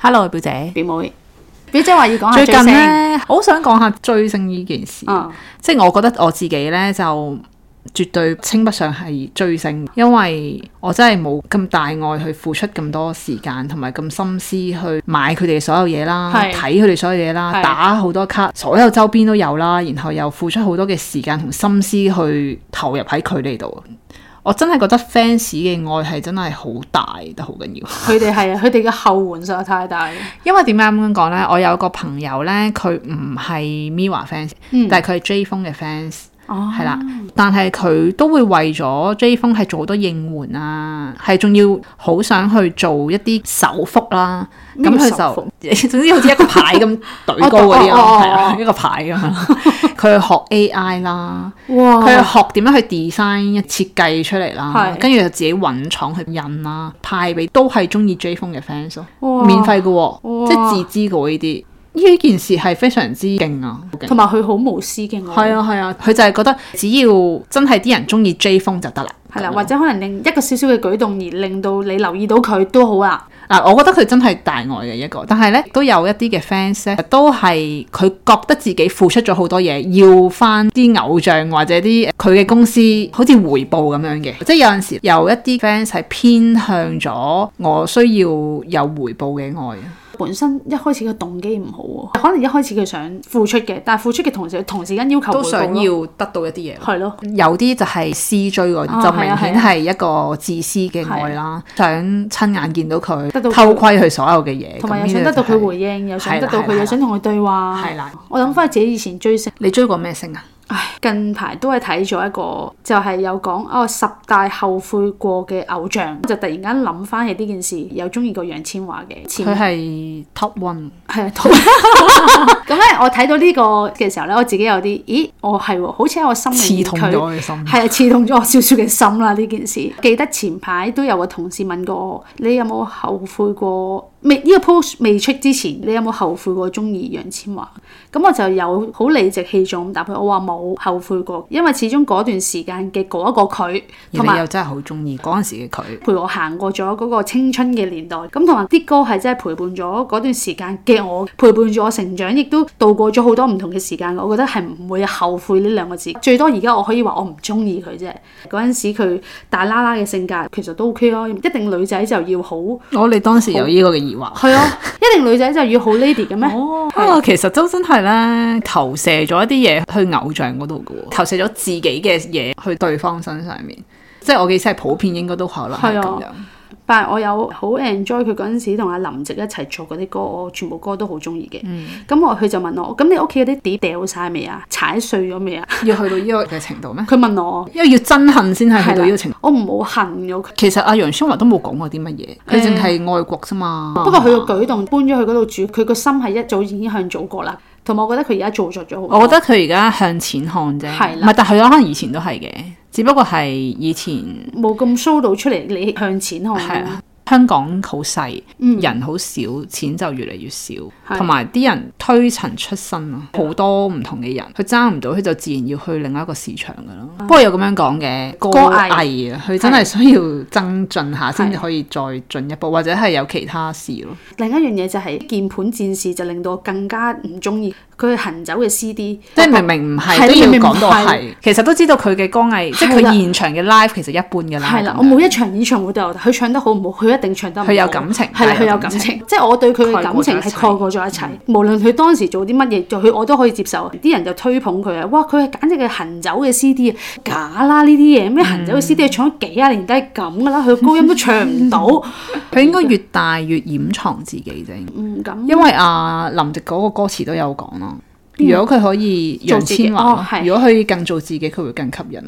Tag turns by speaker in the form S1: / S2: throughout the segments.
S1: Hello 表姐，
S2: 表妹，表姐話要講下
S1: 最近
S2: 追星，
S1: 咧，好想講下追星呢件事，
S2: 嗯
S1: 即係我覺得我自己咧就絕對稱不上係追星，因為我真係冇咁大愛去付出咁多時間同埋咁心思去買佢哋所有嘢啦，
S2: 係
S1: 睇佢哋所有嘢啦，
S2: 係
S1: 打好多卡，所有周邊都有啦，然後又付出好多嘅時間同心思去投入喺佢哋度。我真係覺得 fans 嘅愛係真係好大得好緊要。
S2: 佢哋係啊，佢哋嘅後援實在太大。
S1: 因為點解咁樣講呢？我有個朋友呢，佢唔係 Miwa fans，、但係佢係 J 風嘅 fans，
S2: 嗯哦
S1: 係啦。但係佢都會為咗 J 風係做好多應援啊，係仲要好想去做一啲手幅啦。咁
S2: 咩叫
S1: 佢
S2: 手幅
S1: 就 總之好似一個牌咁舉高嗰啲
S2: 哦哦哦
S1: 咯，
S2: 哦
S1: 係啊，一個牌咁樣。 佢去學 AI 啦。佢
S2: 哇！
S1: 係學點樣去 design 一設計出嚟啦，
S2: 哦係
S1: 跟住就自己揾廠去印啦，派俾都係中意 J 風嘅 fans 咯，
S2: 哇
S1: 免費嘅喎，
S2: 哇
S1: 即係自資嘅喎呢啲。呢件事係非常之勁啊！好勁
S2: 同埋佢好無私嘅愛。
S1: 係啊係啊，佢就係覺得只要真係啲人中意 J 風就得啦。
S2: 係啦，或者可能令一個少少嘅舉動而令到你留意到佢都好啊啦。
S1: 嗱，我覺得佢真係大愛嘅一個，但係咧都有一啲嘅 fans 咧，都係佢覺得自己付出咗好多嘢，要翻啲偶像或者啲佢嘅公司好似回報咁樣嘅，即係有陣時有一啲 fans 係偏向咗我需要有回報嘅愛。啊
S2: 本身一開始嘅動機唔好喎，可能一開始佢想付出嘅，但係付出嘅同時，同時間要求回報咯。
S1: 得到一啲嘢
S2: 係咯，
S1: 有啲就係私追嗰啲，
S2: 啊
S1: 就
S2: 係
S1: 明
S2: 啊
S1: 顯哦係一個自私嘅愛啦，想親眼見到佢
S2: 得到佢
S1: 偷窺佢所有嘅嘢，
S2: 同埋又
S1: 咁
S2: 想
S1: 呢個
S2: 得到佢
S1: 就係
S2: 回應，又想
S1: 係
S2: 得
S1: 啦
S2: 到
S1: 係
S2: 佢，
S1: 啦
S2: 又想同佢對話。
S1: 係啦
S2: 我諗翻自己以前追星，
S1: 你追過咩星啊？
S2: 唉，近排都係睇咗一個，就係、有講哦十大後悔過嘅偶像，就突然間諗翻起呢件事，有中意過楊千嬅嘅。前
S1: 佢係 top one。
S2: 係啊，同 咁咧，我睇到呢個嘅時候咧，我自己有啲，咦，我係喎，好似喺我心
S1: 刺
S2: 裏面
S1: 痛
S2: 佢
S1: 咗我嘅心
S2: 係啊，刺痛咗我少少嘅心啦。呢件事記得前排都有個同事問過我，你有冇後悔過？未呢、個 post 未出之前，你有冇後悔過中意楊千嬅？咁我就有好理直氣壯咁答佢，我話冇後悔過，因為始終嗰段時間嘅嗰一個佢，
S1: 而
S2: 同
S1: 你
S2: 埋
S1: 又真係好中意嗰陣時嘅佢，
S2: 陪我行過咗嗰個青春嘅年代，咁同埋啲歌係真係陪伴咗嗰段時間嘅我，陪伴住我成長，亦都度過咗好多唔同嘅時間。我覺得係唔會後悔呢兩個字，最多而家我可以話我唔中意佢啫。嗰陣時佢大啦啦嘅性格其實都 OK 咯，一定女仔就要好
S1: 我哋當時有呢個嘅疑惑。
S2: 係啊，一定女仔就要好 lady 嘅咩？
S1: 啊，其實都真係咧投射咗一啲嘢去偶像嗰度嘅喎，投射咗自己嘅嘢去對方身上面，即係我嘅意思係普遍應該都可能係啊咁樣。
S2: 係但係我有好 enjoy 佢嗰陣時同阿林夕一齊做嗰啲歌，我全部歌都好中意嘅。咁我佢就問我：咁你屋企嗰啲碟掉晒未啊？踩碎咗未啊？
S1: 要去到呢個嘅程度咩？
S2: 佢問我。
S1: 因為要憎恨先係去到呢個程度。
S2: 我唔好恨咗佢。
S1: 其實阿楊千嬅都冇講過啲乜嘢，佢淨係愛國啫嘛。
S2: 不過佢個舉動搬咗去嗰度住，佢個心係一早已經向祖國啦。同埋我覺得佢而家做作咗好多。
S1: 我覺得佢而家向錢看啫，
S2: 係
S1: 唔
S2: 啦
S1: 係，但係佢可能以前都係嘅，只不過係以前
S2: 冇咁 show 到出嚟，你向錢看
S1: 係
S2: 咯。
S1: 啊，香港好細，人好少，錢就越嚟越少，
S2: 嗯係
S1: 同埋啲人推陳出新啊，好多唔同嘅人，佢爭唔到，佢就自然要去另一個市場噶啦。
S2: 啊
S1: 不過又咁樣講嘅，歌
S2: 歌藝
S1: 藝啊，佢真係需要增進下先至可以再進一步，或者係有其他事咯。
S2: 另一樣嘢就係鍵盤戰士，就令到我更加唔中意佢行走嘅 CD。
S1: 即係明明唔哦係
S2: 係
S1: 都
S2: 你
S1: 要
S2: 明明唔
S1: 講到
S2: 係
S1: 係，其實都知道佢嘅歌藝，即係
S2: 係啦
S1: 佢現場嘅 live 其實一般嘅啦。
S2: 係啦，
S1: 咁
S2: 我每一場演唱會都有，佢唱得好唔好，佢一定唱得唔好。
S1: 佢有感情
S2: 係啦，
S1: 係
S2: 佢
S1: 有
S2: 有
S1: 感
S2: 感
S1: 情
S2: 情，即係我對佢嘅
S1: 蓋過
S2: 感情
S1: 咗一
S2: 係
S1: 切
S2: 蓋過咗一切。無論佢當時做啲乜嘢，就佢我都可以接受。啲人就推捧佢啊，哇！佢係簡直係行走嘅 CD 啊，假啦呢啲
S1: 嗯
S2: 嘢咩行走嘅 CD 唱咗幾廿年都係咁噶啦，佢高音都唱 唔到。
S1: 佢應該越大越掩藏自己啫。
S2: 唔敢
S1: 因為啊林夕嗰個歌詞都有講啦。如果佢可以
S2: 做
S1: 楊
S2: 自己
S1: 千嬅
S2: 哦
S1: 咯，
S2: 係
S1: 如果佢更做自己，佢會更吸引。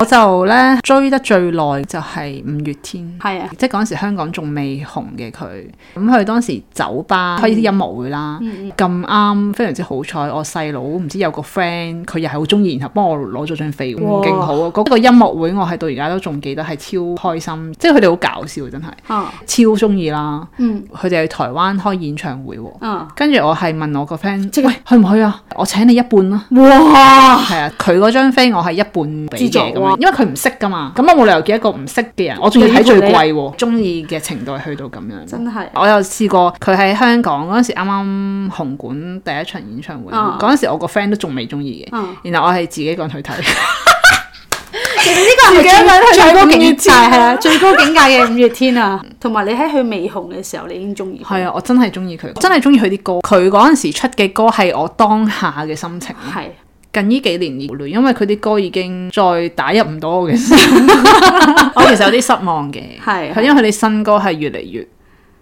S1: 我就咧追得最耐就係五月天。
S2: 係啊，
S1: 即係嗰陣時香港仲未紅嘅佢，咁佢當時酒吧開啲音樂會啦，
S2: 嗯
S1: 咁啱非常之好彩，我細佬唔知有個 friend 佢又係好中意，然後幫我攞咗張飛，
S2: 哇
S1: 勁好啊！嗰、個音樂會我係到而家都仲記得係超開心，即係佢哋好搞笑真
S2: 啊
S1: 係，超中意啦！
S2: 嗯
S1: 佢哋去台灣開演唱會喎，
S2: 啊，
S1: 跟住我係問我個 friend，
S2: 即刻
S1: 喂去唔去啊？我請你一半啦，
S2: 哇！
S1: 係啊，佢嗰張飛我係一半俾
S2: 資助
S1: 嘅咁樣
S2: 哦
S1: 因為佢唔識噶嘛。咁我冇理由叫一個唔識嘅人，我仲要睇最貴喎，中意嘅程度係去到咁樣。
S2: 真係
S1: 我有試過，佢喺香港嗰陣時啱啱紅館第一場演唱會，
S2: 啊
S1: 嗰陣、時我個 friend 都仲未中意嘅，
S2: 嗯
S1: 然後我係自己一個人去 睇。
S2: 其實呢個係
S1: 自己一個人
S2: 最
S1: 去
S2: 最高
S1: 睇五月
S2: 境界
S1: 天啊
S2: 係啊，最高境界嘅五月天啊，同埋你喺佢未紅嘅時候，你已經中意佢
S1: 係啊，我真係中意佢，真係中意佢啲歌。佢嗰陣時出嘅歌係我當下嘅心情。
S2: 係
S1: 近呢幾年而亂，因為佢啲歌已經再打入唔到我嘅 心。我其實有啲失望嘅，
S2: 係
S1: 係因為佢哋新歌係越嚟越，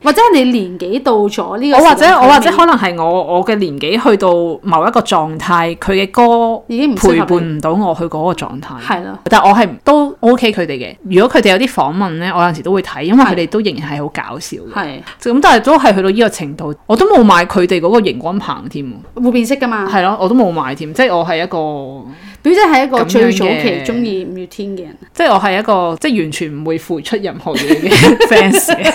S2: 或者係你年紀到咗呢個
S1: 我
S2: 時
S1: 或
S2: 候，
S1: 者我或者
S2: 你
S1: 可能係我我嘅年紀去到某一個狀態，佢嘅歌
S2: 已經唔適合
S1: 陪
S2: 你
S1: 伴唔到我去嗰個狀態。
S2: 係啦，
S1: 但我係都 OK 佢哋嘅。如果佢哋有啲訪問呢，我有時都會睇，因為佢哋都仍然係好搞笑嘅。
S2: 係
S1: 咁但係都係去到呢個程度，我都冇買佢哋嗰個熒光棒添喎，
S2: 會變色噶嘛。
S1: 係咯，我都冇買添，即係我係一個，
S2: 表姐係一個
S1: 咁樣
S2: 最早期
S1: 嘅
S2: 中意五月天嘅人，
S1: 即係我係一個即係完全唔會付出任何 嘢嘅 fans，嚟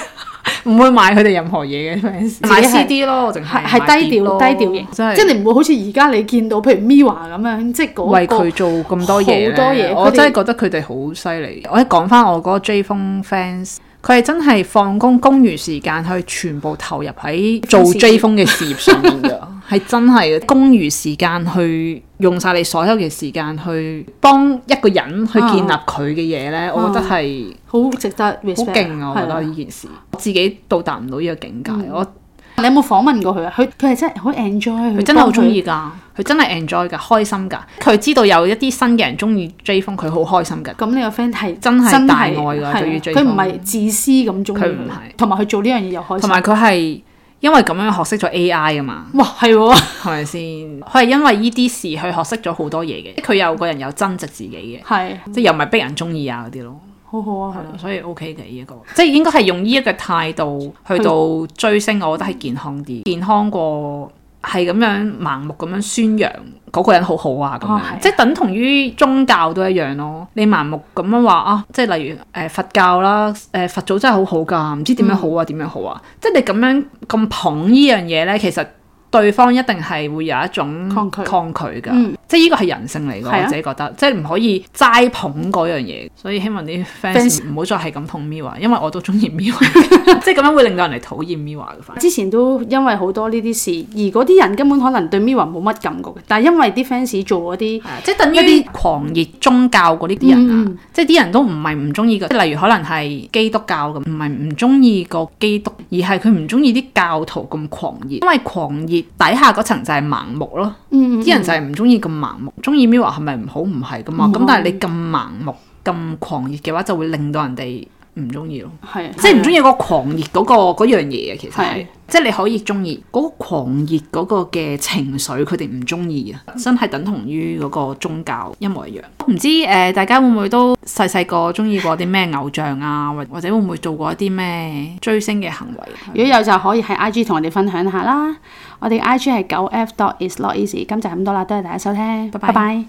S1: 唔會買佢哋任何嘢嘅 fans，
S2: 係
S1: 買 CD 咯，我淨係
S2: 係係低
S1: 買碟咯
S2: 調低調型，
S1: 真
S2: 即
S1: 係
S2: 係你唔會好似而家你見到譬如 Miwa 咁樣，即係
S1: 為
S2: 嗰個
S1: 佢做咁多嘢呢，
S2: 好多嘢佢
S1: 我
S2: 哋
S1: 真係覺得佢哋好犀利。我一講翻我嗰個 J 風 fans。佢係真係放工公餘時間去全部投入喺做
S2: 事業
S1: J 風嘅事業上面 㗎，係真係嘅。公餘時間去用晒你所有嘅時間去幫一個人
S2: 啊
S1: 去建立佢嘅嘢呢，我覺得係
S2: 好值得啊 respect，
S1: 好勁啊！我覺
S2: 係嗯
S1: 得呢件事，我自己到達唔到呢個境界，我
S2: 你有冇訪問過佢啊？佢佢係真係好 enjoy，
S1: 佢真係好中意㗎，佢真係 enjoy 㗎，開心㗎。佢知道有一啲新嘅人中意 J 風，佢好開心㗎。
S2: 咁呢個 friend 係
S1: 真係
S2: 係
S1: 大愛㗎
S2: 係啊
S1: 對於追
S2: 佢
S1: 風
S2: 唔係自私咁中意
S1: 佢唔係
S2: 同埋佢做呢樣嘢又開
S1: 同
S2: 心。
S1: 埋佢係因為咁樣學識咗 AI 啊嘛，
S2: 哇，係喎，
S1: 係咪先？佢係因為呢啲事去學識咗好多嘢嘅，佢有個人有增值自己嘅，
S2: 係
S1: 即係又唔係逼人中意啊嗰啲咯，
S2: 好好啊，係
S1: 係
S2: 啊
S1: 咯，所以 OK 嘅呢一個，即係應該係用呢一個態度去到追星，我覺得係健康啲，健康過。係咁樣盲目咁樣宣揚嗰個人好好啊，咁樣、
S2: 哦係啊
S1: 即係等同於宗教都一樣咯。你盲目咁樣話啊，即係例如誒、呃佛教啦，誒、佛祖真係好好㗎，唔知點樣好啊，點、樣好啊，即係你咁樣咁捧呢樣嘢咧，其實對方一定係會有一種
S2: 抗拒
S1: 抗拒㗎，
S2: 嗯
S1: 即係呢個係人性嚟
S2: 係
S1: 㗎，
S2: 啊
S1: 我自己覺得，即係唔可以齋捧嗰樣嘢，所以希望啲
S2: Fans
S1: fans 唔好再係咁捧 Miwa，因為我都中意 Miwa，即係咁樣會令到人哋討厭 Miwa 嘅反而。
S2: 之前都因為好多呢啲事，而嗰啲人根本可能對 Miwa 冇乜感覺嘅，但係因為啲 fans 做嗰啲
S1: 係啊即係等於啲狂熱宗教嗰啲人啊，
S2: 嗯
S1: 即係啲人都唔係唔中意嘅，即係例如可能係基督教咁，唔係唔中意個基督，而係佢唔中意啲教徒咁狂熱，因為狂熱底下嗰層就係盲目咯。
S2: 嗯
S1: 啲人就係唔中意咁盲目，中意 Mirror 係咪唔好？唔係噶嘛。咁但係你咁盲目、咁狂熱嘅話，就會令到人哋唔中意咯。
S2: 啊係
S1: 即係唔中
S2: 意
S1: 意嗰個狂熱嗰、個嗰樣嘢啊，其實
S2: 係
S1: 係即係你可以中意嗰個狂熱嗰個嘅情緒，佢哋唔中意啊，真係等同於嗰個宗教一模一樣。唔知誒、呃大家會唔會都細細個中意過啲咩偶像啊，或或者會唔會做過一啲咩追星嘅行為？啊
S2: 如果有就可以喺 IG 同我哋分享下啦。我哋 IG 係九 F dot is not easy。今集咁多啦，多謝大家收聽，
S1: 拜拜
S2: 拜拜